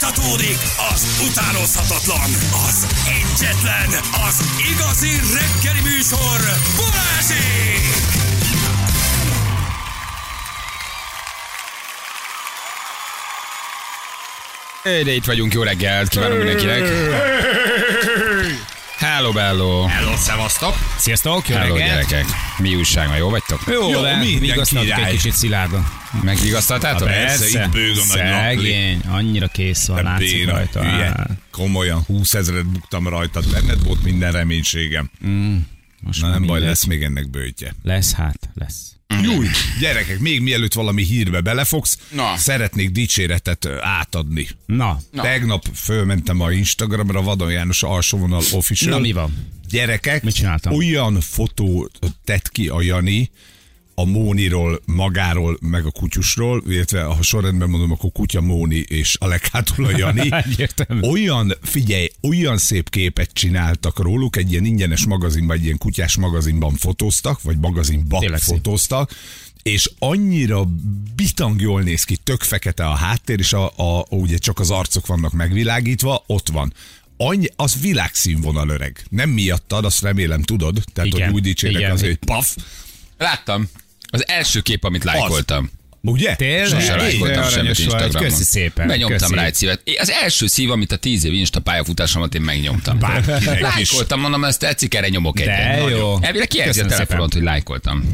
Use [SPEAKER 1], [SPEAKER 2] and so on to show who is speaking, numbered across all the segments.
[SPEAKER 1] Fújtatódik az utánozhatatlan, az egyetlen, az igazi reggeli műsor, Balázsék!
[SPEAKER 2] Hey, de itt vagyunk, jó reggelt kívánunk mindenkinek. Hello, bello.
[SPEAKER 1] Hello, szevasztok!
[SPEAKER 3] Sziasztok, jó
[SPEAKER 2] Hello,
[SPEAKER 3] reggelt!
[SPEAKER 2] gyerekek. Mi újság van, jó vagytok?
[SPEAKER 3] Jó, jó
[SPEAKER 1] Jó,
[SPEAKER 3] de
[SPEAKER 1] minden
[SPEAKER 3] vigasztaltuk
[SPEAKER 1] király.
[SPEAKER 3] egy kicsit szilárdan.
[SPEAKER 2] Megvigasztaltátok?
[SPEAKER 1] persze, itt bőg a nagy napli.
[SPEAKER 3] Szegény, annyira kész van,
[SPEAKER 1] Te
[SPEAKER 3] látszik
[SPEAKER 1] béna,
[SPEAKER 3] rajta.
[SPEAKER 1] hülye. Komolyan, 20 ezeret buktam rajtad, benned volt minden reménységem.
[SPEAKER 3] Most
[SPEAKER 1] Na
[SPEAKER 3] már
[SPEAKER 1] nem baj,
[SPEAKER 3] mindegy.
[SPEAKER 1] lesz még ennek bőtje.
[SPEAKER 3] Lesz hát, lesz.
[SPEAKER 1] Júj, gyerekek, még mielőtt valami hírbe belefogsz,
[SPEAKER 2] Na.
[SPEAKER 1] szeretnék dicséretet ö, átadni.
[SPEAKER 3] Na,
[SPEAKER 1] Na. Tegnap fölmentem a Instagramra, Vadon János alsóvonal official.
[SPEAKER 3] Na, mi van?
[SPEAKER 1] Gyerekek,
[SPEAKER 3] Mit csináltam?
[SPEAKER 1] olyan fotót tett ki a Jani, a Móniról, magáról, meg a kutyusról, illetve ha sorrendben mondom, akkor kutya Móni és a leghátul a Jani.
[SPEAKER 3] Egyértelmű.
[SPEAKER 1] Olyan, figyelj, olyan szép képet csináltak róluk, egy ilyen ingyenes magazinban, egy ilyen kutyás magazinban fotóztak, vagy magazinban
[SPEAKER 3] Tényleg szép.
[SPEAKER 1] fotóztak, és annyira bitang jól néz ki, tök fekete a háttér, és a, a, ugye csak az arcok vannak megvilágítva, ott van. Annyi, az világszínvonal öreg. Nem miattad, azt remélem tudod, tehát
[SPEAKER 3] Igen,
[SPEAKER 1] hogy úgy dicsérek
[SPEAKER 3] igen.
[SPEAKER 1] azért, hogy paf,
[SPEAKER 2] Láttam. Az első kép, amit lájkoltam.
[SPEAKER 1] ugye?
[SPEAKER 3] Tényleg?
[SPEAKER 2] Sose
[SPEAKER 3] Igen,
[SPEAKER 2] lájkoltam
[SPEAKER 3] aranyos
[SPEAKER 2] semmit
[SPEAKER 3] vagy.
[SPEAKER 2] Instagramon.
[SPEAKER 3] Köszi szépen.
[SPEAKER 2] Benyomtam
[SPEAKER 3] Köszi.
[SPEAKER 2] rá egy szívet. Én- Az első szív, amit a tíz év Insta pályafutásomat én megnyomtam.
[SPEAKER 1] Bárkinek is.
[SPEAKER 2] Lájkoltam, mondom, ezt tetszik, erre nyomok egyet. Nagyon.
[SPEAKER 3] jó.
[SPEAKER 2] Elvileg kijelzi a
[SPEAKER 3] Köszönöm
[SPEAKER 2] telefonot, hogy lájkoltam.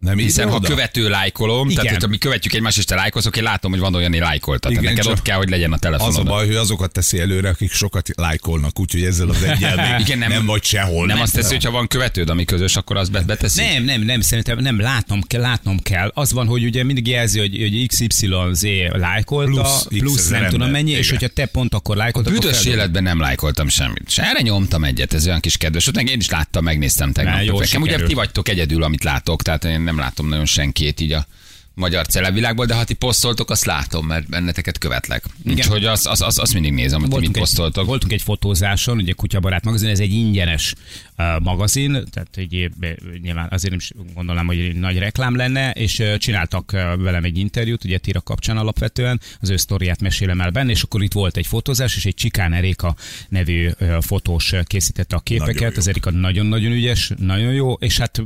[SPEAKER 1] Nem
[SPEAKER 2] Hiszen ha
[SPEAKER 1] oda?
[SPEAKER 2] követő lájkolom, tehát
[SPEAKER 3] Igen.
[SPEAKER 2] hogyha mi követjük egymást, és te lájkolsz, akkor én látom, hogy van olyan, aki lájkolta. Tehát
[SPEAKER 1] Igen,
[SPEAKER 2] neked
[SPEAKER 1] csak
[SPEAKER 2] ott kell, hogy legyen a
[SPEAKER 1] Az a
[SPEAKER 2] telefonod.
[SPEAKER 1] baj, hogy azokat teszi előre, akik sokat lájkolnak, úgyhogy ezzel az egyel még nem,
[SPEAKER 2] Igen, nem-
[SPEAKER 1] nem vagy sehol.
[SPEAKER 2] Nem azt teszi, hogyha van követőd, ami közös, akkor azt bet- beteszi.
[SPEAKER 3] Nem, nem, nem, szerintem nem, látnom kell, látnom kell. Az van, hogy ugye mindig jelzi, hogy, hogy XYZ lájkolta,
[SPEAKER 1] Plusz
[SPEAKER 3] plusz,
[SPEAKER 1] X
[SPEAKER 3] plusz
[SPEAKER 1] ezer
[SPEAKER 3] nem
[SPEAKER 1] ember.
[SPEAKER 3] tudom mennyi, és
[SPEAKER 1] Igen.
[SPEAKER 3] hogyha te pont akkor lájkoltad, akkor
[SPEAKER 2] Büdös
[SPEAKER 3] feldobod.
[SPEAKER 2] életben nem lájkoltam semmit. És erre nyomtam egyet, ez olyan kis kedves. Ott én is láttam, megnéztem tegnap.
[SPEAKER 3] Na, jól
[SPEAKER 2] Nekem ugye
[SPEAKER 3] sikerült.
[SPEAKER 2] ti vagytok egyedül, amit látok, tehát én nem látom nagyon senkit így a magyar celebvilágból, de ha ti posztoltok, azt látom, mert benneteket követlek. Úgyhogy azt az, az, az mindig nézem, hogy ti mit
[SPEAKER 3] Voltunk
[SPEAKER 2] posztoltok.
[SPEAKER 3] egy, voltunk egy fotózáson, ugye Kutyabarát magazin, ez egy ingyenes uh, magazin, tehát egy, év- nyilván azért nem is gondolnám, hogy egy nagy reklám lenne, és uh, csináltak uh, velem egy interjút, ugye Tira kapcsán alapvetően, az ő sztoriát mesélem el benne, és akkor itt volt egy fotózás, és egy Csikán Erika nevű uh, fotós uh, készítette a
[SPEAKER 1] Nagyon
[SPEAKER 3] képeket,
[SPEAKER 1] jó.
[SPEAKER 3] az Erika nagyon-nagyon ügyes, nagyon jó, és hát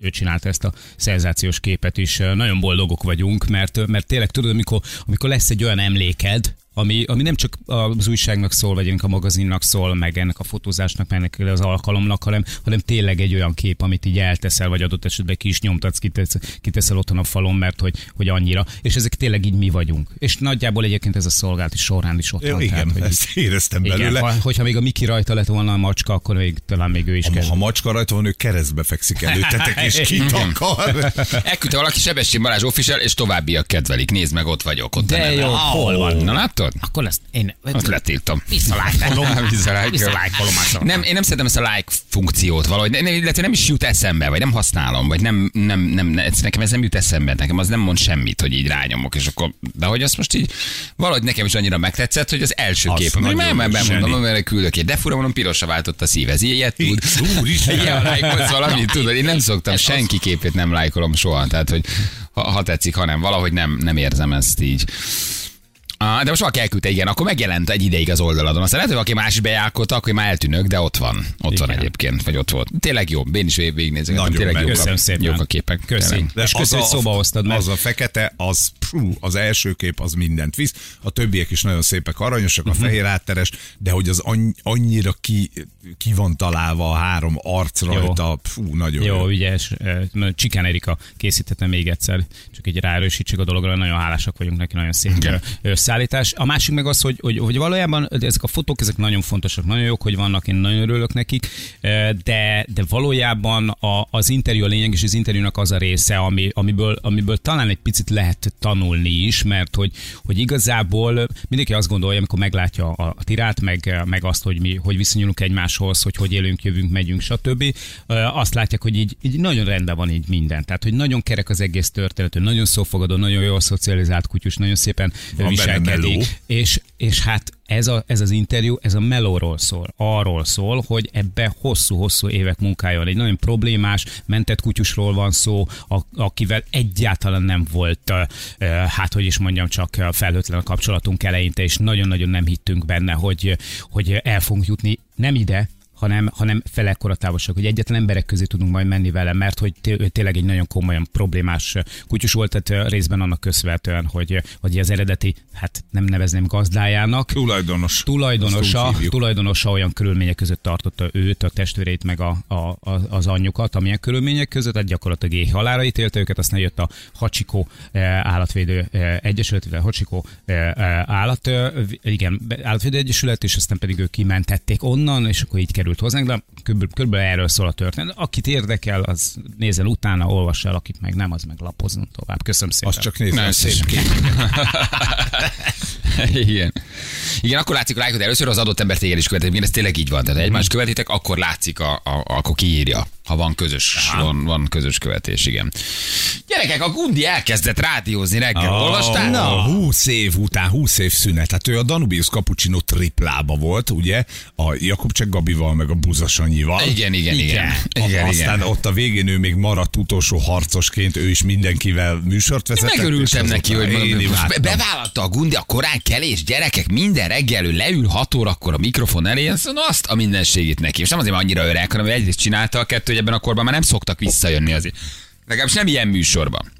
[SPEAKER 3] ő csinálta ezt a szenzációs képet is. Nagyon boldogok vagyunk, mert, mert tényleg tudod, amikor, amikor lesz egy olyan emléked, ami, ami nem csak az újságnak szól, vagy ennek a magazinnak szól, meg ennek a fotózásnak, meg ennek az alkalomnak, hanem, hanem tényleg egy olyan kép, amit így elteszel, vagy adott esetben ki is nyomtatsz, kitesz, kiteszel otthon a falon, mert hogy, hogy annyira. És ezek tényleg így mi vagyunk. És nagyjából egyébként ez a szolgálati során is ott
[SPEAKER 1] Jó,
[SPEAKER 3] van.
[SPEAKER 1] igen,
[SPEAKER 3] tehát, hogy így-
[SPEAKER 1] ezt éreztem
[SPEAKER 3] igen,
[SPEAKER 1] belőle.
[SPEAKER 3] ha, hogyha még a Miki rajta lett volna a macska, akkor még talán még ő is
[SPEAKER 1] Ha,
[SPEAKER 3] kell.
[SPEAKER 1] ha macska rajta van, ő keresztbe fekszik előttetek, és kitakar.
[SPEAKER 2] Elküldte valaki Sebesség Balázs official, és továbbiak kedvelik. Nézd meg, ott vagyok. Ott
[SPEAKER 3] De
[SPEAKER 2] ennek-
[SPEAKER 3] jó, hol van?
[SPEAKER 2] Na látod?
[SPEAKER 3] Akkor ezt én...
[SPEAKER 2] Azt letiltom.
[SPEAKER 3] Visszalájkolom.
[SPEAKER 2] Visszalájkolom.
[SPEAKER 3] Visszalájkolom azt.
[SPEAKER 2] Nem, én nem szeretem ezt a like funkciót valahogy, ne, ne, illetve nem is jut eszembe, vagy nem használom, vagy nem, nem, nem, ne, ez- nekem ez nem jut eszembe, nekem az nem mond semmit, hogy így rányomok, és akkor, de hogy azt most így, valahogy nekem is annyira megtetszett, hogy az első
[SPEAKER 1] Az
[SPEAKER 2] kép, amit
[SPEAKER 1] nagyon
[SPEAKER 2] nem, nem, nem
[SPEAKER 1] zseni.
[SPEAKER 2] mondom, amire küldök egy, de fura mondom, pirosra váltott a szív, ez ilyet tud.
[SPEAKER 1] Úristen.
[SPEAKER 2] Ilyen lájkolsz valamit, tudod, én nem szoktam, senki képét nem lájkolom soha, tehát hogy ha, ha tetszik, hanem valahogy nem, nem érzem ezt így. Ah, de most valaki elküldte, igen, akkor megjelent egy ideig az oldaladon. Aztán lehet, hogy valaki más is bejárkolta, akkor én már eltűnök, de ott van. Ott igen. van
[SPEAKER 3] Igen.
[SPEAKER 2] egyébként, vagy ott volt. Tényleg jó, én is vég- végignézek.
[SPEAKER 1] Nagyon
[SPEAKER 2] tényleg
[SPEAKER 1] menő.
[SPEAKER 2] jók
[SPEAKER 3] Köszönöm
[SPEAKER 2] a,
[SPEAKER 3] szépen.
[SPEAKER 2] jók a képek.
[SPEAKER 3] Köszi.
[SPEAKER 2] tényleg.
[SPEAKER 3] És köszönöm, hogy szóba hoztad meg.
[SPEAKER 1] Az a fekete, az, pfú, az első kép, az mindent visz. A többiek is nagyon szépek, aranyosak, a
[SPEAKER 3] Mhm.
[SPEAKER 1] fehér átteres, de hogy az anny- annyira ki, ki van találva a három arc rajta, pfú, nagyon
[SPEAKER 3] Jó,
[SPEAKER 1] jó.
[SPEAKER 3] ügyes. eh, na, Csikán Erika készítette még egyszer, csak egy ráerősítsük a dologra, nagyon hálásak vagyunk neki, nagyon szép
[SPEAKER 2] Igen.
[SPEAKER 3] eh, szállítás. A másik meg az, hogy, hogy, hogy valójában ezek a fotók, ezek nagyon fontosak, nagyon jók, hogy vannak, én nagyon örülök nekik, eh, de, de valójában a, az interjú a lényeg, és az interjúnak az a része, ami, amiből, amiből talán egy picit lehet tanulni is, mert hogy, hogy igazából mindenki azt gondolja, amikor meglátja a, a tirát, meg, meg azt, hogy mi hogy viszonyulunk egymáshoz, hogy hogy élünk, jövünk, megyünk, stb. Ö, Azt látják, hogy így, így nagyon rendben van így minden. Tehát, hogy nagyon kerek az egész történet, ő nagyon szófogadó, nagyon jól szocializált kutyus, nagyon szépen
[SPEAKER 1] benne meló.
[SPEAKER 3] viselkedik. És, és hát ez, a, ez az interjú, ez a melóról szól. Arról szól, hogy ebbe hosszú-hosszú évek munkája van. Egy nagyon problémás, mentett kutyusról van szó, a, akivel egyáltalán nem volt, ö, ö, hát hogy is mondjam, csak ö, felhőtlen a kapcsolatunk eleinte, és nagyon-nagyon nem hittünk benne, hogy, hogy el fogunk jutni nem ide, hanem, hanem fele ekkora távolság, hogy egyetlen emberek közé tudunk majd menni vele, mert hogy té- ő tényleg egy nagyon komolyan problémás kutyus volt, tehát ö, részben annak köszönhetően, hogy, hogy az eredeti, hát nem nevezném gazdájának,
[SPEAKER 1] Tulajdonos. Azt
[SPEAKER 3] tulajdonosa,
[SPEAKER 1] úgy hívjuk.
[SPEAKER 3] tulajdonosa olyan körülmények között tartotta őt, a testvérét, meg a, a, a, az anyjukat, amilyen körülmények között, hát gyakorlatilag éj halára ítélte őket, aztán jött a Hacsikó eh, állatvédő eh, egyesület, vagy Hacsikó eh, eh, állat, eh, vi- igen, be- állatvédő egyesület, és aztán pedig ők kimentették onnan, és akkor így került hozzánk, de körülbelül, körülbelül erről szól a történet. Akit érdekel, az nézel utána, olvas el, akit meg nem, az meg lapozunk tovább. Köszönöm szépen.
[SPEAKER 1] Azt csak nézem.
[SPEAKER 2] Nem,
[SPEAKER 1] szép kép.
[SPEAKER 2] Igen. Igen, akkor látszik a lájkot először, az adott ember téged is követett. Igen, ez tényleg így van. Tehát ha egymást követitek, akkor látszik, a, a, akkor kiírja, ha van közös, van, van közös követés, igen. Gyerekek, a Gundi elkezdett rádiózni reggel.
[SPEAKER 1] Ó,
[SPEAKER 2] Olvastál?
[SPEAKER 1] Na, 20 év után, 20 év szünet. Hát ő a Danubius Cappuccino triplába volt, ugye? A Jakubcsek Gabival, meg a Buzasanyival.
[SPEAKER 2] Igen, igen, igen.
[SPEAKER 1] A-
[SPEAKER 2] Igen,
[SPEAKER 1] Aztán
[SPEAKER 2] igen.
[SPEAKER 1] ott a végén ő még maradt utolsó harcosként, ő is mindenkivel műsort vezetett. és
[SPEAKER 2] Megörültem
[SPEAKER 1] azóta
[SPEAKER 2] neki, hogy
[SPEAKER 1] én
[SPEAKER 2] mondom, be-
[SPEAKER 1] imádtam.
[SPEAKER 2] bevállalta a Gundi a korán kelés, gyerekek, minden reggel ő leül 6 órakor a mikrofon elé, azt, mondom, azt a mindenségét neki. És nem azért, mert annyira öreg, hanem ő egyrészt csinálta a kettő, hogy ebben a korban már nem szoktak visszajönni azért. Legalábbis nem ilyen műsorban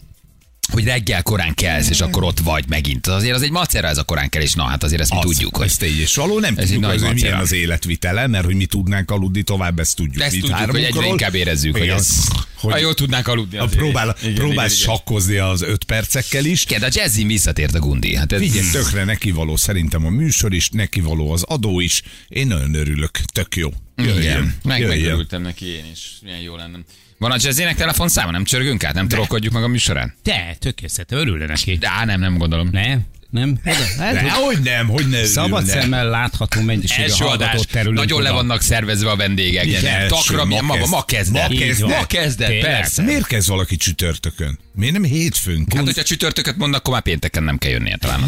[SPEAKER 2] hogy reggel korán kelsz, és akkor ott vagy megint. Az Azért az egy macera ez a korán kelés. Na, hát azért ezt mi
[SPEAKER 1] Az,
[SPEAKER 2] tudjuk, hogy
[SPEAKER 1] Ez tény és való, nem
[SPEAKER 2] egy
[SPEAKER 1] tudjuk,
[SPEAKER 2] nagy
[SPEAKER 1] hogy
[SPEAKER 2] macera.
[SPEAKER 1] milyen az életvitele, mert hogy mi tudnánk aludni tovább, ezt tudjuk.
[SPEAKER 2] ezt
[SPEAKER 1] Mi
[SPEAKER 2] tudjuk, hogy egyre
[SPEAKER 1] hármunkról.
[SPEAKER 2] inkább érezzük, hogy
[SPEAKER 1] Igen,
[SPEAKER 2] ez...
[SPEAKER 1] hogy-
[SPEAKER 2] Ha jól tudnánk aludni.
[SPEAKER 1] A
[SPEAKER 2] azért.
[SPEAKER 1] próbál,
[SPEAKER 2] Igen,
[SPEAKER 1] próbál
[SPEAKER 2] igen, igen.
[SPEAKER 1] sakkozni az öt percekkel is.
[SPEAKER 2] Igen, de a jazzin visszatért a Gundi. Hát ez...
[SPEAKER 1] Figyelj, tökre neki való szerintem a műsor is, neki való az adó is. Én nagyon örülök, tök jó. Jöjjön,
[SPEAKER 2] Igen, meg,
[SPEAKER 1] jöjjön.
[SPEAKER 2] megörültem neki én is. Milyen jó lenne. Van a jazzének telefonszáma? Nem csörgünk át? Nem trollkodjuk meg a műsorán?
[SPEAKER 3] Te, tökéletes, örülne neki.
[SPEAKER 2] De á, nem, nem gondolom.
[SPEAKER 3] Nem? Nem? Hát,
[SPEAKER 1] De hogy nem, hogy ne
[SPEAKER 3] Szabad
[SPEAKER 1] örülne.
[SPEAKER 3] szemmel látható mennyiség a
[SPEAKER 2] Első adás.
[SPEAKER 3] hallgatott terület.
[SPEAKER 2] Nagyon le vannak szervezve a vendégek.
[SPEAKER 1] Igen,
[SPEAKER 2] Igen,
[SPEAKER 1] első,
[SPEAKER 2] Takra,
[SPEAKER 1] ma
[SPEAKER 2] milyen maga,
[SPEAKER 1] kezd-
[SPEAKER 2] ma kezdett.
[SPEAKER 1] ma kezdett.
[SPEAKER 2] Ma kezdett,
[SPEAKER 3] Tényleg?
[SPEAKER 2] persze.
[SPEAKER 1] Miért kezd valaki csütörtökön? Miért nem hétfőn?
[SPEAKER 2] Hát, hogyha csütörtököt mondnak, akkor már pénteken nem kell jönnie talán.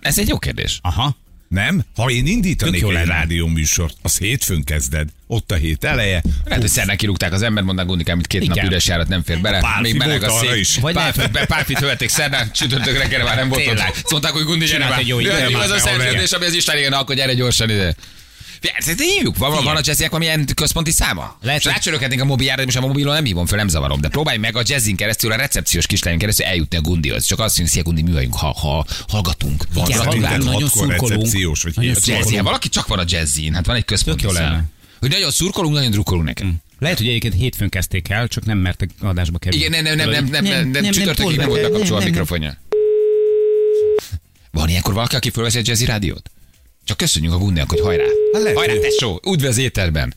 [SPEAKER 2] Ez egy jó kérdés.
[SPEAKER 3] Aha.
[SPEAKER 1] Nem? Ha én indítanék
[SPEAKER 3] Tök jó
[SPEAKER 1] egy
[SPEAKER 3] lenne.
[SPEAKER 1] rádióműsort, az hétfőn kezded, ott a hét eleje.
[SPEAKER 2] Lehet, hogy szernek kirúgták az ember, mondták Gundikám, itt két
[SPEAKER 3] Igen.
[SPEAKER 2] nap üres járat nem fér bele.
[SPEAKER 1] Pálfi
[SPEAKER 2] még meleg a
[SPEAKER 1] volt arra
[SPEAKER 2] szék.
[SPEAKER 1] is.
[SPEAKER 2] Vagy
[SPEAKER 3] Vagy
[SPEAKER 2] párfit, be, párfit höveték szerdán, csütörtök reggel már nem volt ott.
[SPEAKER 3] Tényleg.
[SPEAKER 2] Azt mondták, hogy Gundi gyere
[SPEAKER 3] Csinált
[SPEAKER 2] már.
[SPEAKER 3] egy jó
[SPEAKER 2] Jöjjön,
[SPEAKER 1] időt,
[SPEAKER 2] az a
[SPEAKER 1] már nem
[SPEAKER 2] szerződés, ami az Isten igen, akkor gyere gyorsan ide. Ezt hívjuk. Van, van a jazznek valamilyen központi száma?
[SPEAKER 3] Lehet,
[SPEAKER 2] Lehet,
[SPEAKER 3] hogy-
[SPEAKER 2] rácsöröghetnénk a mobiljára, de most a mobilon nem hívom föl, nem zavarom. De próbálj meg a jazzin keresztül, a recepciós kislányon keresztül eljutni a Gundihoz. Csak azt mondjuk, szia Gundi, mi vagyunk, ha, ha hallgatunk. Van,
[SPEAKER 3] Igen,
[SPEAKER 2] gratulálunk.
[SPEAKER 1] Szerinted
[SPEAKER 3] nagyon
[SPEAKER 1] hatkor
[SPEAKER 3] szurkolunk.
[SPEAKER 1] recepciós, vagy
[SPEAKER 3] Nagyon
[SPEAKER 1] hét-
[SPEAKER 3] szurkolunk.
[SPEAKER 2] Jazzy, hát valaki csak van a jazzin, hát van egy központi
[SPEAKER 3] Tök jó
[SPEAKER 2] szám.
[SPEAKER 3] lenne.
[SPEAKER 2] Hogy nagyon szurkolunk, nagyon drukkolunk nekem.
[SPEAKER 3] Lehet, hogy egyébként hétfőn kezdték el, csak nem mertek adásba kerülni.
[SPEAKER 2] Igen, nem, nem, nem, nem, nem,
[SPEAKER 3] Nem,
[SPEAKER 2] nem,
[SPEAKER 3] nem,
[SPEAKER 2] nem
[SPEAKER 3] nem,
[SPEAKER 2] csütörtökig nem
[SPEAKER 3] tolva.
[SPEAKER 2] volt
[SPEAKER 3] Nem,
[SPEAKER 2] bekapcsolva a
[SPEAKER 3] nem, nem.
[SPEAKER 2] mikrofonja. Van ilyenkor valaki, aki fölveszi a jazzy rádiót? Csak köszönjük a Gundinak, hogy hajrá.
[SPEAKER 1] Hát lehet,
[SPEAKER 2] Hajrá,
[SPEAKER 1] hogy-
[SPEAKER 2] tesó, üdv az éterben.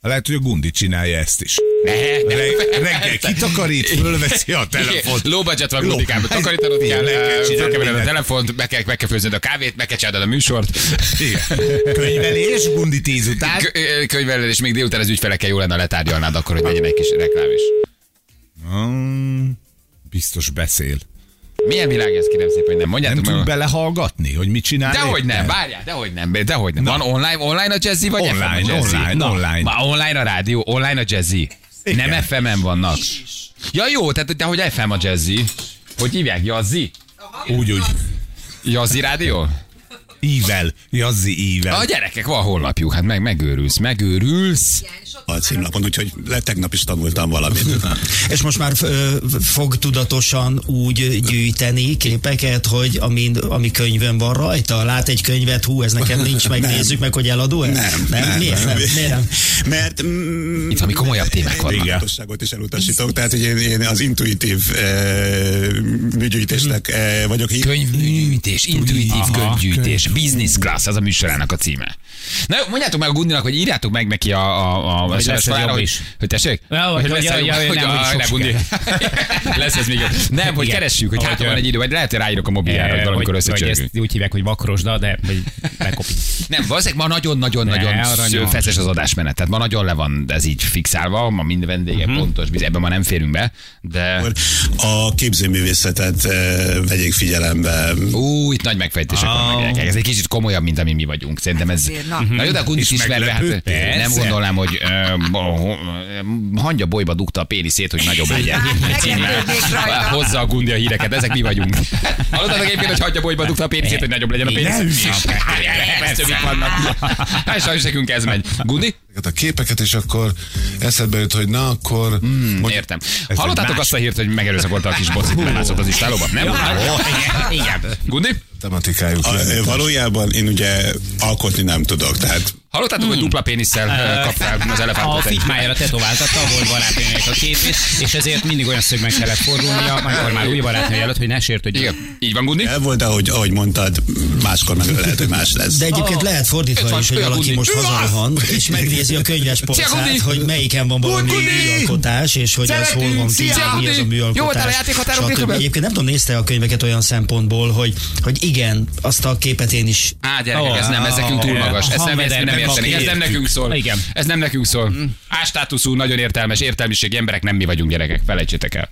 [SPEAKER 1] Lehet, hogy a Gundi csinálja ezt is.
[SPEAKER 2] Ne, ne.
[SPEAKER 1] Reg- reggel
[SPEAKER 2] hát-
[SPEAKER 1] kitakarít, fölveszi a telefont.
[SPEAKER 2] Low budget van, Gundikám,
[SPEAKER 1] Low-
[SPEAKER 2] takarítanod
[SPEAKER 1] Igen,
[SPEAKER 2] kell,
[SPEAKER 1] le kell
[SPEAKER 2] eh,
[SPEAKER 1] csinálni
[SPEAKER 2] fölkevered a
[SPEAKER 1] mindent.
[SPEAKER 2] telefont, meg kell, meg kell főznöd a kávét, meg kell csinálnod a műsort.
[SPEAKER 1] Igen. Könyvelés, Gundi tíz után.
[SPEAKER 2] Kö- ö, Könyveled, és még délután az ügyfelekkel jó lenne, ha letárgyalnád akkor, hogy legyen egy kis reklám is.
[SPEAKER 1] Hmm, biztos beszél.
[SPEAKER 2] Milyen világ ez, kérem szépen, hogy nem
[SPEAKER 1] Nem
[SPEAKER 2] mondjátok
[SPEAKER 1] tud
[SPEAKER 2] meg.
[SPEAKER 1] belehallgatni, hogy mit csinál?
[SPEAKER 2] Dehogy
[SPEAKER 1] éppen?
[SPEAKER 2] nem, várjál, dehogy nem, dehogy nem. Van online, online a jazzy, vagy
[SPEAKER 1] Online,
[SPEAKER 2] FM a jazzy?
[SPEAKER 1] online,
[SPEAKER 2] Na,
[SPEAKER 1] online.
[SPEAKER 2] Ma online a rádió, online a jazzy.
[SPEAKER 1] Igen.
[SPEAKER 2] Nem FM-en vannak. Ja jó, tehát de hogy FM a jazzy. Hogy hívják? Jazzy?
[SPEAKER 1] Úgy, úgy.
[SPEAKER 2] Jazzy rádió?
[SPEAKER 1] Ível, Jazzi
[SPEAKER 2] A
[SPEAKER 1] ível.
[SPEAKER 2] gyerekek, van honlapjuk, hát meg megőrülsz, megőrülsz.
[SPEAKER 4] a címlapon, úgyhogy le tegnap is tanultam valamit.
[SPEAKER 5] És most már ö, fog tudatosan úgy gyűjteni képeket, hogy amin, ami könyvön van rajta, lát egy könyvet, hú, ez nekem nincs, meg
[SPEAKER 4] Nem.
[SPEAKER 5] nézzük meg, hogy eladó-e?
[SPEAKER 4] Nem,
[SPEAKER 5] nem,
[SPEAKER 4] nem,
[SPEAKER 5] miért nem,
[SPEAKER 4] nem.
[SPEAKER 5] miért nem?
[SPEAKER 4] Mert mm,
[SPEAKER 2] Itt valami komolyabb témák vannak.
[SPEAKER 1] Igen.
[SPEAKER 4] tudatosságot is elutasítok, tehát hogy én, én az intuitív e, műgyűjtésnek e, vagyok hív.
[SPEAKER 2] Könyvgyűjtés, intuitív
[SPEAKER 3] Aha,
[SPEAKER 2] könyvgyűjtés. Business Class, az a műsorának a címe. Na jó, mondjátok meg a Gundinak, hogy írjátok meg neki a, a, a, a
[SPEAKER 3] Hogy lesz
[SPEAKER 2] SMS
[SPEAKER 3] ez
[SPEAKER 2] falára,
[SPEAKER 3] jobb
[SPEAKER 2] hogy,
[SPEAKER 3] is.
[SPEAKER 2] hogy tessék?
[SPEAKER 3] Ja, vagy
[SPEAKER 2] Hogy
[SPEAKER 3] hogy- ja,
[SPEAKER 2] lesz-e jobb?
[SPEAKER 3] ja,
[SPEAKER 2] Hogy-
[SPEAKER 3] nem,
[SPEAKER 2] ah,
[SPEAKER 3] hogy
[SPEAKER 2] ne,
[SPEAKER 3] sok
[SPEAKER 2] Gundi. Lesz ez még jobb. Nem, hogy
[SPEAKER 3] Igen.
[SPEAKER 2] keressük, hogy
[SPEAKER 3] Ahogy
[SPEAKER 2] hát van
[SPEAKER 3] a-
[SPEAKER 2] egy idő, vagy lehet, hogy ráírok a mobiljára, hogy valamikor
[SPEAKER 3] Vagy
[SPEAKER 2] összecsörgünk.
[SPEAKER 3] ezt úgy hívják, hogy vakrosda, de vagy bekopik.
[SPEAKER 2] Nem, valószínűleg ma nagyon-nagyon-nagyon
[SPEAKER 3] Ne, aranyos.
[SPEAKER 2] feszes az adásmenet. Tehát ma nagyon le van ez így fixálva, ma minden vendége
[SPEAKER 3] Mhm.
[SPEAKER 2] uh-huh. pontos, biz- ebben ma nem férünk be, de...
[SPEAKER 4] Akkor a képzőművészetet eh, vegyék figyelembe.
[SPEAKER 2] Ú, itt nagy megfejtések oh. vannak. gyerekek. Ez egy kicsit komolyabb, mint ami mi vagyunk. Szerintem ez...
[SPEAKER 6] Azért, na.
[SPEAKER 2] Na, na jó, de a Gundit ismerve, hát,
[SPEAKER 1] meglepődtél?
[SPEAKER 2] nem
[SPEAKER 1] Persze.
[SPEAKER 2] gondolnám, hogy ö, bo- ho- ö, hangya bolyba dugta a péniszét, hogy nagyobb legyen.
[SPEAKER 6] Hát,
[SPEAKER 2] Címmel.
[SPEAKER 6] meglepődnék rajta.
[SPEAKER 2] Hozza a Gundi a híreket, ezek mi vagyunk. Hallottatok egyébként, hogy hangya bolyba dugta a péniszét, hogy nagyobb legyen a pénisz? Ez többik vannak. Hát sajnos nekünk ez megy. Gundi?
[SPEAKER 7] ezeket a képeket, és akkor eszedbe jut, hogy na, akkor... Mm,
[SPEAKER 2] Mondjuk, értem. Hallottátok azt a hírt, hogy megerőszakolta a kis bocit, belászott az istálóba? Nem? Igen, Igen. Gundi?
[SPEAKER 7] Tematikájuk
[SPEAKER 4] A,
[SPEAKER 7] lenne.
[SPEAKER 4] eh, valójában én ugye alkotni nem tudok, tehát
[SPEAKER 2] Hallottátok, hogy dupla pénisszel ö, kaptál az
[SPEAKER 3] Hmm. A
[SPEAKER 2] elefántot? egy-
[SPEAKER 3] figymájára tetováltatta, volt barátnőjének a képét, és ezért mindig olyan szögben kellett fordulnia, amikor már új barátnő előtt, hogy ne sértődjön.
[SPEAKER 2] Igen, így van, Gundi.
[SPEAKER 4] el volt, ahogy, ahogy mondtad, máskor meg lehet, hogy más lesz.
[SPEAKER 5] De egyébként lehet
[SPEAKER 2] Ah, Itt
[SPEAKER 5] fordítva
[SPEAKER 2] van,
[SPEAKER 5] is, hogy
[SPEAKER 2] olyan
[SPEAKER 5] valaki
[SPEAKER 2] Gundi.
[SPEAKER 5] most hazarohan, és megnézi a könyves
[SPEAKER 2] Gundi!
[SPEAKER 5] polcát, hogy melyiken van valami
[SPEAKER 2] Gundi!
[SPEAKER 5] műalkotás, és hogy az hol van ki,
[SPEAKER 2] Szia,
[SPEAKER 5] mi az
[SPEAKER 2] Gundi!
[SPEAKER 5] a
[SPEAKER 2] Jó voltál a
[SPEAKER 5] műalkotás.
[SPEAKER 2] játékhatárok
[SPEAKER 5] stb.
[SPEAKER 2] nélkül?
[SPEAKER 5] Egyébként nem tudom, nézte a könyveket olyan szempontból, hogy, hogy igen, azt a képet én is
[SPEAKER 2] Á, gyerekek,
[SPEAKER 3] Ó,
[SPEAKER 2] ez nem, ez nekünk
[SPEAKER 3] ó,
[SPEAKER 2] túl magas.
[SPEAKER 3] a
[SPEAKER 2] Ez nem, ezt mi nem
[SPEAKER 3] hangmederben
[SPEAKER 2] értenénk. Ez nem
[SPEAKER 3] kapjuk.
[SPEAKER 2] nekünk szól.
[SPEAKER 3] Igen. Hmm.
[SPEAKER 2] Ez nem nekünk szól. Á, státuszú, nagyon értelmes, értelmiségi emberek, nem mi vagyunk gyerekek. Felejtsétek el.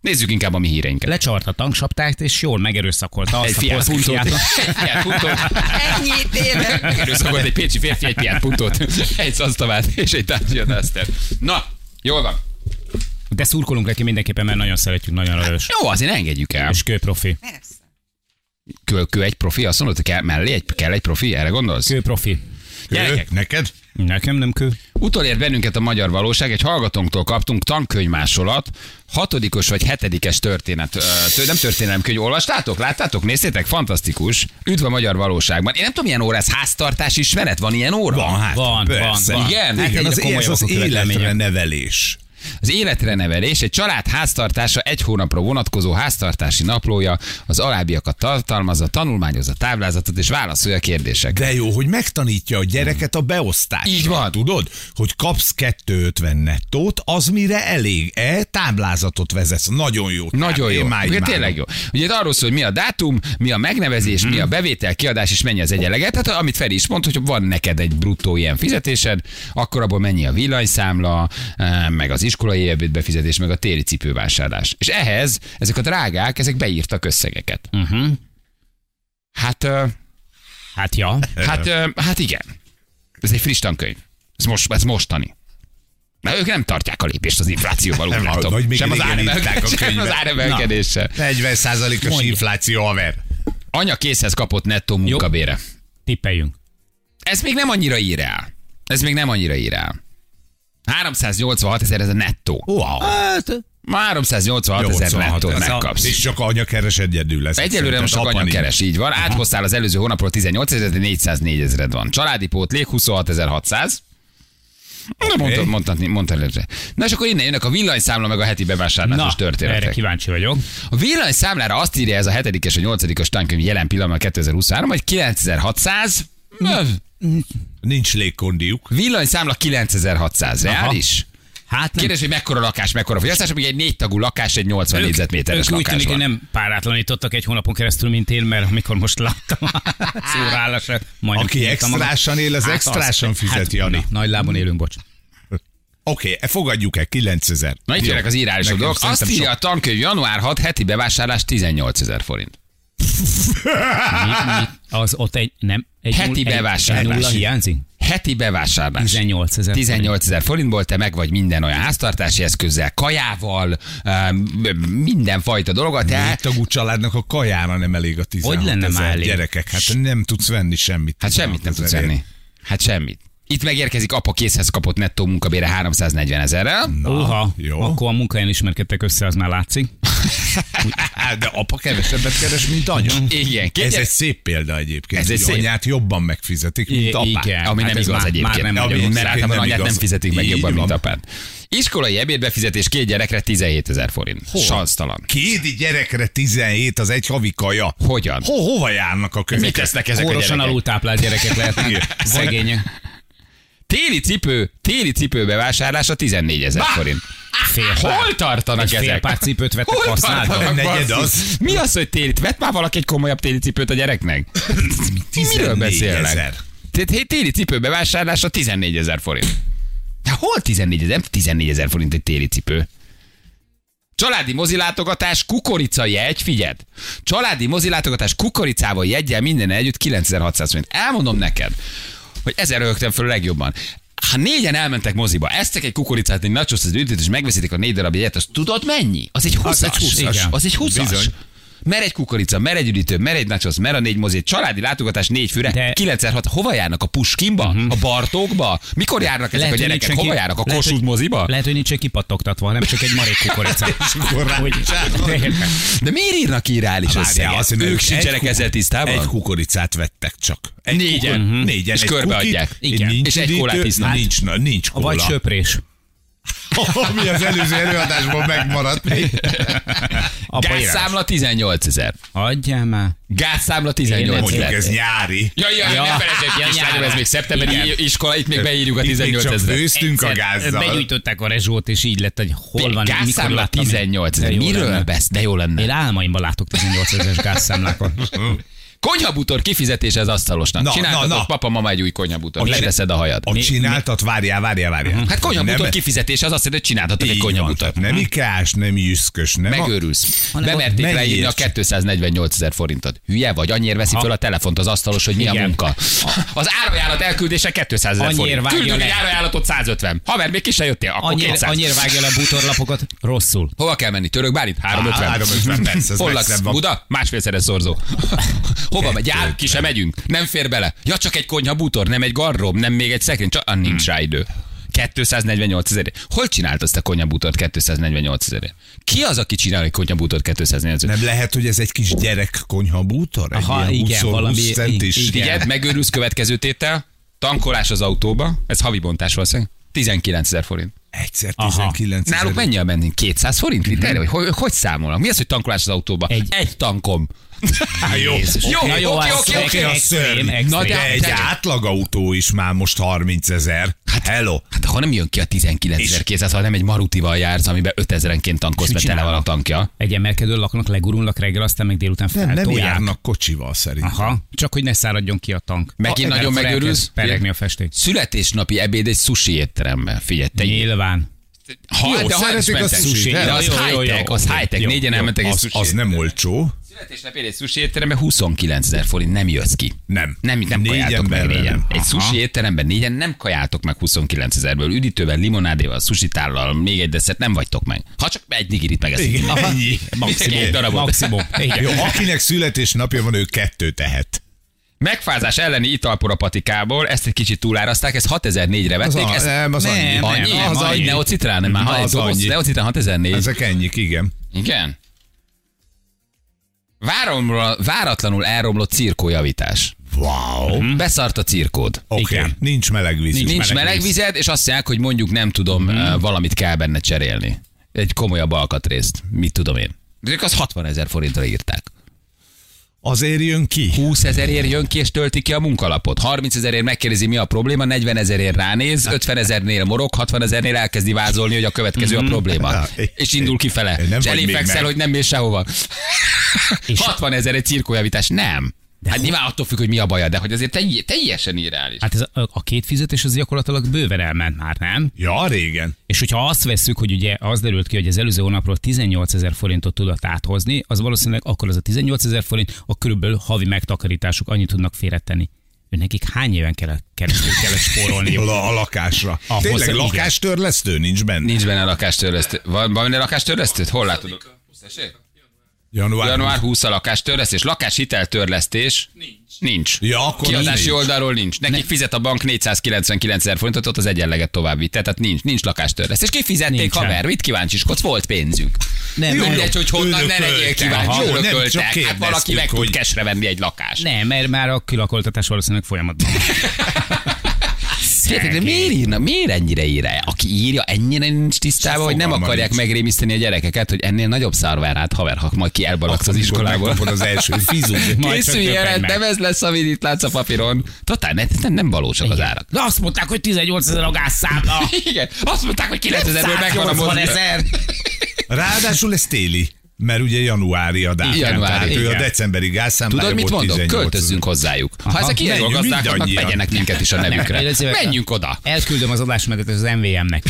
[SPEAKER 2] Nézzük inkább a mi híreinket.
[SPEAKER 3] Lecsavart a tanksaptárt, és jól megerőszakolta azt
[SPEAKER 2] Egy
[SPEAKER 3] a
[SPEAKER 2] fiát
[SPEAKER 3] polszki
[SPEAKER 2] puntolt.
[SPEAKER 3] fiát.
[SPEAKER 2] Egy fiát puntolt.
[SPEAKER 6] Ennyi tényleg.
[SPEAKER 2] Megerőszakolt egy pécsi férfi, egy fiát puntolt. Egy szasztavát és egy tárgyi Na, jól van.
[SPEAKER 3] De szurkolunk neki mindenképpen, mert nagyon szeretjük, nagyon erős.
[SPEAKER 2] Jó, azért ne engedjük el.
[SPEAKER 3] És kőprofi.
[SPEAKER 6] Persze.
[SPEAKER 2] Kő, kő egy profi, azt mondod, hogy kell, mellé egy, kell egy profi, erre gondolsz?
[SPEAKER 3] Kőprofi.
[SPEAKER 2] Gyerekek,
[SPEAKER 1] Ő, neked?
[SPEAKER 3] Nekem nem kő.
[SPEAKER 2] Utolért bennünket a magyar valóság, egy hallgatónktól kaptunk tankönyvmásolat, hatodikos vagy hetedikes történet, ö, tő, nem történelemkönyv, olvastátok, láttátok, néztétek, fantasztikus. Üdv a magyar valóságban. Én nem tudom, milyen óra ez, háztartás ismeret, van ilyen óra?
[SPEAKER 1] Van, hát
[SPEAKER 3] Van,
[SPEAKER 1] persze.
[SPEAKER 3] van, van.
[SPEAKER 2] Igen?
[SPEAKER 1] hát
[SPEAKER 2] Hát
[SPEAKER 1] igen
[SPEAKER 2] egyre
[SPEAKER 1] az, ez
[SPEAKER 3] komolyabbak
[SPEAKER 1] az
[SPEAKER 3] a követelmények.
[SPEAKER 1] életre nevelés.
[SPEAKER 2] Az életre nevelés egy család háztartása egy hónapra vonatkozó háztartási naplója, az alábbiakat tartalmazza, tanulmányozza táblázatot és válaszolja a kérdésekre.
[SPEAKER 1] De jó, hogy megtanítja a gyereket a beosztásra.
[SPEAKER 2] Így van.
[SPEAKER 1] Tudod, hogy kapsz 250 nettót, az mire elég? E táblázatot vezetsz. Nagyon jó. táb.
[SPEAKER 2] Nagyon
[SPEAKER 1] Hát Én
[SPEAKER 2] jó.
[SPEAKER 1] már
[SPEAKER 2] Ugye
[SPEAKER 1] imádom.
[SPEAKER 2] tényleg jó. Ugye itt arról szól, hogy mi a dátum, mi a megnevezés, mi a
[SPEAKER 1] Mhm.
[SPEAKER 2] bevétel, kiadás és mennyi az egyenlege. Tehát amit Feri is mond, hogy van neked egy bruttó ilyen fizetésed, akkor abból mennyi a villanyszámla, eh, meg az iskolai befizetés, meg a téli cipővásárlás. És ehhez ezek a drágák, ezek beírtak összegeket.
[SPEAKER 1] Mhm.
[SPEAKER 3] Uh-huh.
[SPEAKER 2] Hát, ö,
[SPEAKER 1] Eh.
[SPEAKER 3] Hát ja.
[SPEAKER 2] hát, ö, hát igen. Ez egy friss tankönyv. Ez, most, ez mostani. Na, ők nem tartják a lépést az inflációval, úgy
[SPEAKER 1] Nem,
[SPEAKER 2] látom.
[SPEAKER 1] vagy még
[SPEAKER 2] sem az
[SPEAKER 1] régen írták a
[SPEAKER 2] áremelkedéssel. Sem az
[SPEAKER 1] könyvet.
[SPEAKER 2] áremelkedéssel.
[SPEAKER 1] 40%-os infláció, haver.
[SPEAKER 2] Anya készhez kapott nettó munkabére.
[SPEAKER 3] Tippeljünk.
[SPEAKER 2] Ez még nem annyira ír el. Ez még nem annyira ír el. 386 ezer ez a nettó.
[SPEAKER 1] Wow. Hát,
[SPEAKER 2] 386 ezer nettót megkapsz.
[SPEAKER 1] És csak anya keres egyedül lesz.
[SPEAKER 2] Egyelőre most csak anya keres, így van. Áthoztál az előző hónapról 18 ezer, de 404 ezered van. Családi pótlék 26 ezer 600. Na, mondta, mondta, mondta előre. Na és akkor innen jönnek a villanyszámla meg a heti bevásárlásos
[SPEAKER 3] erre
[SPEAKER 2] történetek.
[SPEAKER 3] kíváncsi vagyok.
[SPEAKER 2] A villanyszámlára azt írja ez a hetedik és a nyolcadikos tankönyv jelen pillanatban 2023, hogy 9600,
[SPEAKER 1] Nincs légkondiuk.
[SPEAKER 2] villanyszámla 9600, reális?
[SPEAKER 3] Hát nem.
[SPEAKER 2] Kérdés, hogy mekkora lakás, mekkora fogyasztás, még egy négy tagú lakás, egy 80 négyzetméteres
[SPEAKER 3] ők úgy tűnik,
[SPEAKER 2] lakás
[SPEAKER 3] hogy
[SPEAKER 2] van.
[SPEAKER 3] nem párátlanítottak egy hónapon keresztül, mint én, mert amikor most láttam a szórállásra, majdnem
[SPEAKER 1] Aki
[SPEAKER 3] kinyírtam magam.
[SPEAKER 1] extrásan él, az
[SPEAKER 3] Hát
[SPEAKER 1] extrásan fizet, Jani.
[SPEAKER 3] na, Nagy lábon élünk, bocs.
[SPEAKER 1] Oké, okay, fogadjuk el, 9000.
[SPEAKER 2] Na itt
[SPEAKER 1] Jó.
[SPEAKER 2] jönnek az írások
[SPEAKER 1] Nekem
[SPEAKER 2] dolgok.
[SPEAKER 1] szerintem
[SPEAKER 2] Azt írja
[SPEAKER 1] sok.
[SPEAKER 2] a tankönyv január 6 heti bevásárlás 18 ezer forint.
[SPEAKER 3] Mi, mi, az ott egy, nem, egy
[SPEAKER 2] Heti
[SPEAKER 3] null- egy-
[SPEAKER 2] bevásárlás.
[SPEAKER 3] egy Nulla hiányzik?
[SPEAKER 2] Heti bevásárlás.
[SPEAKER 3] 18 ezer.
[SPEAKER 2] 18 ezer forintból te meg vagy minden olyan háztartási eszközzel, kajával, minden fajta dologgal.
[SPEAKER 1] Négy
[SPEAKER 2] Te,
[SPEAKER 1] tagú családnak a kajára nem elég a 16
[SPEAKER 3] Hogy lenne
[SPEAKER 1] ezer
[SPEAKER 3] már elég?
[SPEAKER 1] gyerekek. Hát nem tudsz venni semmit.
[SPEAKER 2] hát semmit nem
[SPEAKER 1] 16
[SPEAKER 2] tudsz
[SPEAKER 1] ezerért.
[SPEAKER 2] venni. Hát semmit. Itt megérkezik apa készhez kapott nettó munkabére 340 ezerrel.
[SPEAKER 3] Mm. Uha,
[SPEAKER 1] jó.
[SPEAKER 3] akkor a munkahelyen ismerkedtek össze, az már látszik.
[SPEAKER 1] Hát, De apa kevesebbet keres, mint anya.
[SPEAKER 2] Igen,
[SPEAKER 1] Ez
[SPEAKER 2] kényes-
[SPEAKER 1] egy szép példa egyébként,
[SPEAKER 2] Ez
[SPEAKER 1] ez
[SPEAKER 2] egy
[SPEAKER 1] egy
[SPEAKER 2] szép-
[SPEAKER 1] hogy anyát jobban megfizetik, mint apát.
[SPEAKER 3] igen.
[SPEAKER 2] Ami
[SPEAKER 3] Hát
[SPEAKER 2] nem
[SPEAKER 3] ez
[SPEAKER 2] igaz
[SPEAKER 3] már-
[SPEAKER 2] egyébként.
[SPEAKER 3] már nem
[SPEAKER 2] Ami-
[SPEAKER 1] igaz.
[SPEAKER 2] mert általában
[SPEAKER 1] Nem
[SPEAKER 2] anyát nem
[SPEAKER 1] igaz.
[SPEAKER 2] fizetik meg
[SPEAKER 1] Így
[SPEAKER 2] jobban, mint
[SPEAKER 1] van.
[SPEAKER 2] apát. Iskolai ebédbefizetés két gyerekre 17 ezer forint. Sansztalan.
[SPEAKER 1] Két gyerekre 17 az egy havi kaja.
[SPEAKER 2] Hogyan?
[SPEAKER 1] Ho, hova járnak a
[SPEAKER 2] Mit
[SPEAKER 1] könyvek?
[SPEAKER 2] tesznek ezek a
[SPEAKER 3] Kórosan
[SPEAKER 2] gyerekek?
[SPEAKER 3] alultáplált gyerekek
[SPEAKER 1] Igen.
[SPEAKER 3] lehetnek. Szegények.
[SPEAKER 2] Téli cipő, téli cipő bevásárlása 14 ezer forint.
[SPEAKER 3] Fél
[SPEAKER 2] Hol tartanak
[SPEAKER 3] Egy fél
[SPEAKER 2] ezek?
[SPEAKER 3] pár cipőt vettek
[SPEAKER 2] Hol
[SPEAKER 3] használtan?
[SPEAKER 2] tartanak,
[SPEAKER 1] Negyed
[SPEAKER 2] basszus?
[SPEAKER 1] az.
[SPEAKER 2] Mi az, hogy télit? Vett már valaki egy komolyabb téli cipőt a gyereknek? Miről
[SPEAKER 1] 14
[SPEAKER 2] beszélnek?
[SPEAKER 1] ezer.
[SPEAKER 2] Tehát hé, téli cipő bevásárlása 14 ezer forint. Na hol 14 ezer? 14 ezer forint egy téli cipő. Családi mozilátogatás, kukorica jegy, figyeld! Családi mozilátogatás kukoricával jegyel minden együtt 9600 forint. Elmondom neked, hogy ezer rögtön föl legjobban. Ha négyen elmentek moziba, eztek egy kukoricát, egy nachos, egy üdítőt, és megveszitek a négy darab jegyet, az tudod mennyi? Az egy 20
[SPEAKER 3] egy 20-as. Igen.
[SPEAKER 2] Az egy 20
[SPEAKER 1] Bizony.
[SPEAKER 2] Mer egy kukorica, mer egy üdítő, mer egy nachos, mer a négy mozi, egy családi látogatás négy fűre,
[SPEAKER 3] De- Mhm.
[SPEAKER 2] De... 96. Hova járnak? A Puskinba? Uh-huh. A Bartókba? Mikor járnak ezek
[SPEAKER 3] Lehet,
[SPEAKER 2] a
[SPEAKER 3] hogy
[SPEAKER 2] gyerekek?
[SPEAKER 3] nincsen
[SPEAKER 2] Hova
[SPEAKER 3] ki-
[SPEAKER 2] járnak? A
[SPEAKER 3] lehet,
[SPEAKER 2] Kossuth
[SPEAKER 3] hogy-
[SPEAKER 2] moziba?
[SPEAKER 3] Lehet, hogy nincsen kipatogtatva, nem csak egy marék kukorica. És
[SPEAKER 1] akkor
[SPEAKER 2] De miért írnak irreális
[SPEAKER 1] Várjál,
[SPEAKER 2] összeget?
[SPEAKER 1] azt mondja,
[SPEAKER 2] Ők
[SPEAKER 1] hogy
[SPEAKER 2] sincsenek
[SPEAKER 1] egy
[SPEAKER 2] ezzel
[SPEAKER 1] kuk- Egy
[SPEAKER 2] tisztában?
[SPEAKER 1] kukoricát vettek csak. Egy
[SPEAKER 2] Négyen.
[SPEAKER 1] kukor-
[SPEAKER 2] Mhm.
[SPEAKER 1] Négyen.
[SPEAKER 2] És
[SPEAKER 1] egy
[SPEAKER 2] körbeadják.
[SPEAKER 1] kukit,
[SPEAKER 2] Igen.
[SPEAKER 1] Nincs
[SPEAKER 2] És egy
[SPEAKER 1] üdítő,
[SPEAKER 2] kólát isznak.
[SPEAKER 1] Nincs, na, nincs kóla.
[SPEAKER 3] Vagy söprés.
[SPEAKER 1] Ami az előző előadásban megmaradt még.
[SPEAKER 3] Apa írás.
[SPEAKER 2] Gázszámla 18 ezer.
[SPEAKER 3] Adjál már.
[SPEAKER 2] Gázszámla
[SPEAKER 3] Én nem
[SPEAKER 2] 18
[SPEAKER 1] Mondjuk
[SPEAKER 2] ezer.
[SPEAKER 1] ez nyári.
[SPEAKER 2] Ja, ja, ja,
[SPEAKER 3] Ja.
[SPEAKER 2] ne felejtsd,
[SPEAKER 3] Ja,
[SPEAKER 2] el, kislányom,
[SPEAKER 3] nyáron.
[SPEAKER 2] ez még szeptemberi
[SPEAKER 3] Igen.
[SPEAKER 2] iskola, itt még beírjuk a
[SPEAKER 1] Itt még
[SPEAKER 2] 18
[SPEAKER 1] csak
[SPEAKER 2] ezer.
[SPEAKER 1] Főztünk a
[SPEAKER 3] Egyszer
[SPEAKER 1] gázzal.
[SPEAKER 3] Begyújtották a rezsót, és így lett, hogy hol van, mikor
[SPEAKER 2] Gázszámla
[SPEAKER 3] láttam én.
[SPEAKER 2] 18 ezer.
[SPEAKER 3] De jó
[SPEAKER 2] Miről
[SPEAKER 3] lenne.
[SPEAKER 2] beszél? De jó lenne.
[SPEAKER 3] Én álmaimban látok 18 ezeres gázszámlákon.
[SPEAKER 2] Konyhabútor kifizetése az asztalosnak.
[SPEAKER 1] Na,
[SPEAKER 2] Csináltatok,
[SPEAKER 1] na, na.
[SPEAKER 2] papa, mama egy új konyhabútor.
[SPEAKER 1] Ami-
[SPEAKER 2] Leteszed a hajad.
[SPEAKER 1] A csináltat, várjál, várjál, várjál.
[SPEAKER 2] Hát konyhabútor
[SPEAKER 1] Nem- e-
[SPEAKER 2] kifizetése az azt jelenti, hogy csináltatok egy Hm?
[SPEAKER 1] Így van,
[SPEAKER 2] konyhabútort.
[SPEAKER 1] tehát Nem ikás, nem jüszkös, nem a-
[SPEAKER 2] Megőrülsz.
[SPEAKER 3] Hanem
[SPEAKER 2] Bemerték
[SPEAKER 1] ott
[SPEAKER 2] leírni a
[SPEAKER 1] mennyiért?
[SPEAKER 2] 248 ezer forintot. Hülye vagy, annyira veszi föl a telefont az asztalos, hogy mi a
[SPEAKER 3] Igen.
[SPEAKER 2] munka. Az árajánlat elküldése 200 ezer
[SPEAKER 3] Annyiért
[SPEAKER 2] forint.
[SPEAKER 3] vágja
[SPEAKER 2] Küldünk egy
[SPEAKER 3] le.
[SPEAKER 2] árajánlatot 150. Haver, még ki se jöttél, akkor
[SPEAKER 3] Annyira,
[SPEAKER 2] 200.
[SPEAKER 3] annyira vágja le a bútorlapokat, rosszul.
[SPEAKER 2] Hova kell menni? Török Bálint? 350.
[SPEAKER 1] 350, persze, ez
[SPEAKER 2] Hol
[SPEAKER 1] messzebb
[SPEAKER 2] laksz?
[SPEAKER 1] van.
[SPEAKER 2] Buda? Másfélszeres szorzó. Hova megy? Jár, ki sem megyünk. Nem fér bele. Ja, csak egy konyha bútor, nem egy garrob, nem még egy szekrény. Csak ah, nincs
[SPEAKER 1] Hmm.
[SPEAKER 2] rá idő. 248 ezer. Hol csinált azt a konyhabútort 248 ezer? Ki az, aki csinál egy konyhabútort 248 ezer?
[SPEAKER 1] Nem lehet, hogy ez egy kis gyerek konyhabútor? Egy
[SPEAKER 3] Aha,
[SPEAKER 1] Aha,
[SPEAKER 3] igen,
[SPEAKER 1] ilyen 20
[SPEAKER 3] valami-
[SPEAKER 1] 20 centis.
[SPEAKER 3] igen.
[SPEAKER 2] Figyeld, megőrülsz következő tétel, tankolás az autóba, ez havi bontás valószínűleg, 19 ezer forint.
[SPEAKER 1] Egyszer
[SPEAKER 3] Aha.
[SPEAKER 1] 19
[SPEAKER 2] Náluk mennyi a benzin? 200 forint liter? Vagy hogy, hogy számolnak? Mi az, hogy tankolás az autóba? Egy,
[SPEAKER 3] Mhm. Egy.
[SPEAKER 2] egy tankom. jó, jó,
[SPEAKER 3] Na jó,
[SPEAKER 2] oké,
[SPEAKER 3] az
[SPEAKER 2] oké, oké.
[SPEAKER 1] a
[SPEAKER 3] extrém,
[SPEAKER 1] szörny.
[SPEAKER 3] extrém.
[SPEAKER 2] Na
[SPEAKER 1] De
[SPEAKER 2] de- hát,
[SPEAKER 1] egy átlagautó is már most 30 ezer. Hát hello.
[SPEAKER 2] Hát ha nem jön ki a 19.200, ha nem egy marutival jársz, amiben 5000-enként tankolsz,
[SPEAKER 3] És mit
[SPEAKER 2] mert tele van a
[SPEAKER 3] csinálnak?
[SPEAKER 2] tankja.
[SPEAKER 3] Egy emelkedő laknak, legurulnak reggel, aztán meg délután
[SPEAKER 2] Hát
[SPEAKER 1] Nem, nem
[SPEAKER 3] feltolják.
[SPEAKER 1] járnak kocsival szerintem.
[SPEAKER 3] Aha, csak hogy ne száradjon ki a tank.
[SPEAKER 2] Megint
[SPEAKER 3] Ha,
[SPEAKER 2] nagyon
[SPEAKER 3] mert akkor
[SPEAKER 2] megőrülsz.
[SPEAKER 3] elkezd Peregni a festék.
[SPEAKER 2] Születésnapi ebéd egy sushi étteremben. Figyelj, te
[SPEAKER 3] Nyilván.
[SPEAKER 2] ha,
[SPEAKER 1] Jó,
[SPEAKER 2] de ha
[SPEAKER 1] szeretik a
[SPEAKER 2] mentek.
[SPEAKER 1] sushi,
[SPEAKER 2] De
[SPEAKER 1] de?
[SPEAKER 2] az
[SPEAKER 3] Jó, jó, jó,
[SPEAKER 2] high-tech, az
[SPEAKER 3] oké.
[SPEAKER 2] high-tech.
[SPEAKER 3] Jó,
[SPEAKER 2] Négyen
[SPEAKER 3] jó.
[SPEAKER 2] elmentek egy
[SPEAKER 1] Az,
[SPEAKER 2] sushi
[SPEAKER 1] az nem olcsó.
[SPEAKER 2] Születésnapi egy sushi étteremben 29 ezer forint, nem jössz ki.
[SPEAKER 1] Nem.
[SPEAKER 2] Nem, nem
[SPEAKER 1] Négyen
[SPEAKER 2] kajáltok meg
[SPEAKER 1] belőle
[SPEAKER 2] négyen.
[SPEAKER 1] nem.
[SPEAKER 2] Egy
[SPEAKER 1] Aha.
[SPEAKER 2] sushi étteremben négyen nem kajáltok meg 29 ezerből. Üdítővel, limonádéval, sushi tállal, még egy desszert nem vagytok meg. Ha csak egy nigirit megeszik.
[SPEAKER 1] Igen, ennyi.
[SPEAKER 2] Maximum egy darabot.
[SPEAKER 3] Maximum. Igen.
[SPEAKER 1] Jó, akinek születésnapja van, ő kettő tehet.
[SPEAKER 2] Megfázás elleni italpora patikából, ezt egy kicsit túláraszták, ezt 6004-re vették.
[SPEAKER 1] a-
[SPEAKER 2] ezt,
[SPEAKER 1] nem, az annyi.
[SPEAKER 2] Nem, annyi, nem, az annyi. Neocitrán, nem, már egy
[SPEAKER 1] Az
[SPEAKER 2] doboz,
[SPEAKER 1] annyi.
[SPEAKER 2] neocitrán 6004.
[SPEAKER 1] Ezek ennyik, igen.
[SPEAKER 2] Igen. Váromra, váratlanul elromlott cirkójavítás. Mhm.
[SPEAKER 1] Wow.
[SPEAKER 2] Beszart a cirkód.
[SPEAKER 1] Oké, okay. nincs meleg víz. Mhm.
[SPEAKER 2] Nincs meleg vized, és azt mondják, hogy mondjuk nem tudom, mm. valamit kell benne cserélni. Egy komolyabb alkatrészt, mit tudom én. De ők az 60 ezer forintra írták.
[SPEAKER 1] Azért jön ki.
[SPEAKER 2] 20 ezerért jön ki és tölti ki a munkalapot. 30 ezerért megkérdezi, mi a probléma, 40 ezerért ránéz, 50 ezernél morog, 60 ezernél elkezdi vázolni, hogy a következő a probléma.
[SPEAKER 1] Ah,
[SPEAKER 2] És indul kifele.
[SPEAKER 1] nem vagy
[SPEAKER 2] és elé
[SPEAKER 1] még
[SPEAKER 2] fekszel,
[SPEAKER 1] meg.
[SPEAKER 2] hogy nem mész sehova.
[SPEAKER 3] És-
[SPEAKER 2] 60 ezer egy cirkójavítás. Nem. Hát nyilván attól függ, hogy mi a baja, de hogy azért telj- teljesen irreális.
[SPEAKER 3] Hát ez a, a két fizetés az gyakorlatilag bőven elment már, nem?
[SPEAKER 1] Ja, régen.
[SPEAKER 3] És hogyha azt vesszük, hogy ugye az derült ki, hogy az előző hónapról 18 ezer forintot tudott áthozni, az valószínűleg akkor az a 18 ezer forint, a körülbelül havi megtakarításuk annyit tudnak félretenni. Ő nekik hány éven kellett, keresztül kellett spórolni?
[SPEAKER 1] A, a lakásra.
[SPEAKER 3] Ahhoz
[SPEAKER 1] Tényleg
[SPEAKER 3] igen.
[SPEAKER 1] lakástörlesztő nincs benne?
[SPEAKER 2] Nincs benne lakástörlesztő. Van van benne lakástörlesztő? Hol látod? Tessék?
[SPEAKER 1] Január,
[SPEAKER 2] Január 20 a lakástörlesztés. Lakáshiteltörlesztés nincs. Nincs.
[SPEAKER 1] Ja, akkor
[SPEAKER 2] Kiadási
[SPEAKER 1] nincs.
[SPEAKER 2] oldalról nincs. Nekik fizet a bank 499 ezer forintot, ott az egyenleget tovább vitte, tehát nincs, nincs lakástörlesztés. Kifizették,
[SPEAKER 3] Nincsen.
[SPEAKER 2] haver, mit kíváncsiskodsz, volt pénzük.
[SPEAKER 3] Nem,
[SPEAKER 2] Jó,
[SPEAKER 3] mert-
[SPEAKER 2] mindegy, hogy honnan ne legyél
[SPEAKER 1] Örököltek.
[SPEAKER 2] kíváncsi,
[SPEAKER 1] Aha, jó, nem, csak
[SPEAKER 2] örököltek. Hát valaki
[SPEAKER 1] kérdeztük,
[SPEAKER 2] meg tud
[SPEAKER 1] hogy-
[SPEAKER 2] kesre venni egy lakást.
[SPEAKER 3] Nem, mert már a kilakoltatás valószínűleg folyamatban. van.
[SPEAKER 2] Kérdezik, de miért írna, miért ennyire írja? Aki írja, ennyire nincs tisztában, hogy nem
[SPEAKER 1] fogalma
[SPEAKER 2] akarják
[SPEAKER 1] nincs.
[SPEAKER 2] megrémiszteni a gyerekeket, hogy ennél nagyobb szarvárát, haver, ha majd ki elbalagsz az iskolából.
[SPEAKER 1] Megkapod az első fizut.
[SPEAKER 3] Majd csak
[SPEAKER 2] Készülj
[SPEAKER 3] többen
[SPEAKER 2] el,
[SPEAKER 3] meg.
[SPEAKER 2] nem ez lesz, amit itt látsz a papíron. Totál, nem, nem, nem valósak az árak.
[SPEAKER 3] De azt mondták, hogy 18 ezer a gázszámla.
[SPEAKER 2] Igen, azt mondták, hogy 9000-ből megvan a
[SPEAKER 3] 180
[SPEAKER 2] mozi.
[SPEAKER 3] ezer.
[SPEAKER 1] Ráadásul ez téli. Mert ugye januári a dátum.
[SPEAKER 2] Januári,
[SPEAKER 1] tehát ő a
[SPEAKER 3] igen.
[SPEAKER 1] decemberi gázszámlája
[SPEAKER 2] Tudod, mit
[SPEAKER 1] volt
[SPEAKER 2] mondok?
[SPEAKER 1] 18.
[SPEAKER 2] Költözzünk hozzájuk. Ha
[SPEAKER 3] Aha.
[SPEAKER 2] ezek ilyen jó
[SPEAKER 1] Menjünk
[SPEAKER 2] gazdák,
[SPEAKER 1] mindannyian.
[SPEAKER 2] vegyenek minket is a nevükre.
[SPEAKER 3] Én szívek-
[SPEAKER 2] Menjünk oda.
[SPEAKER 3] Elküldöm az adásmenetet az MVM-nek,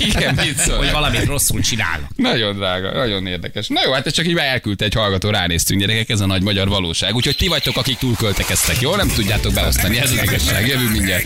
[SPEAKER 2] Igen, mit szól?
[SPEAKER 3] hogy valamit rosszul csinálnak.
[SPEAKER 2] Nagyon drága, nagyon érdekes. Na jó, hát ez csak így már elküldte egy hallgató, ránéztünk gyerekek, ez a nagy magyar valóság. Úgyhogy ti vagytok, akik túlköltekeztek, jól? Nem tudjátok beosztani, ez az igazság. Jövünk mindjárt.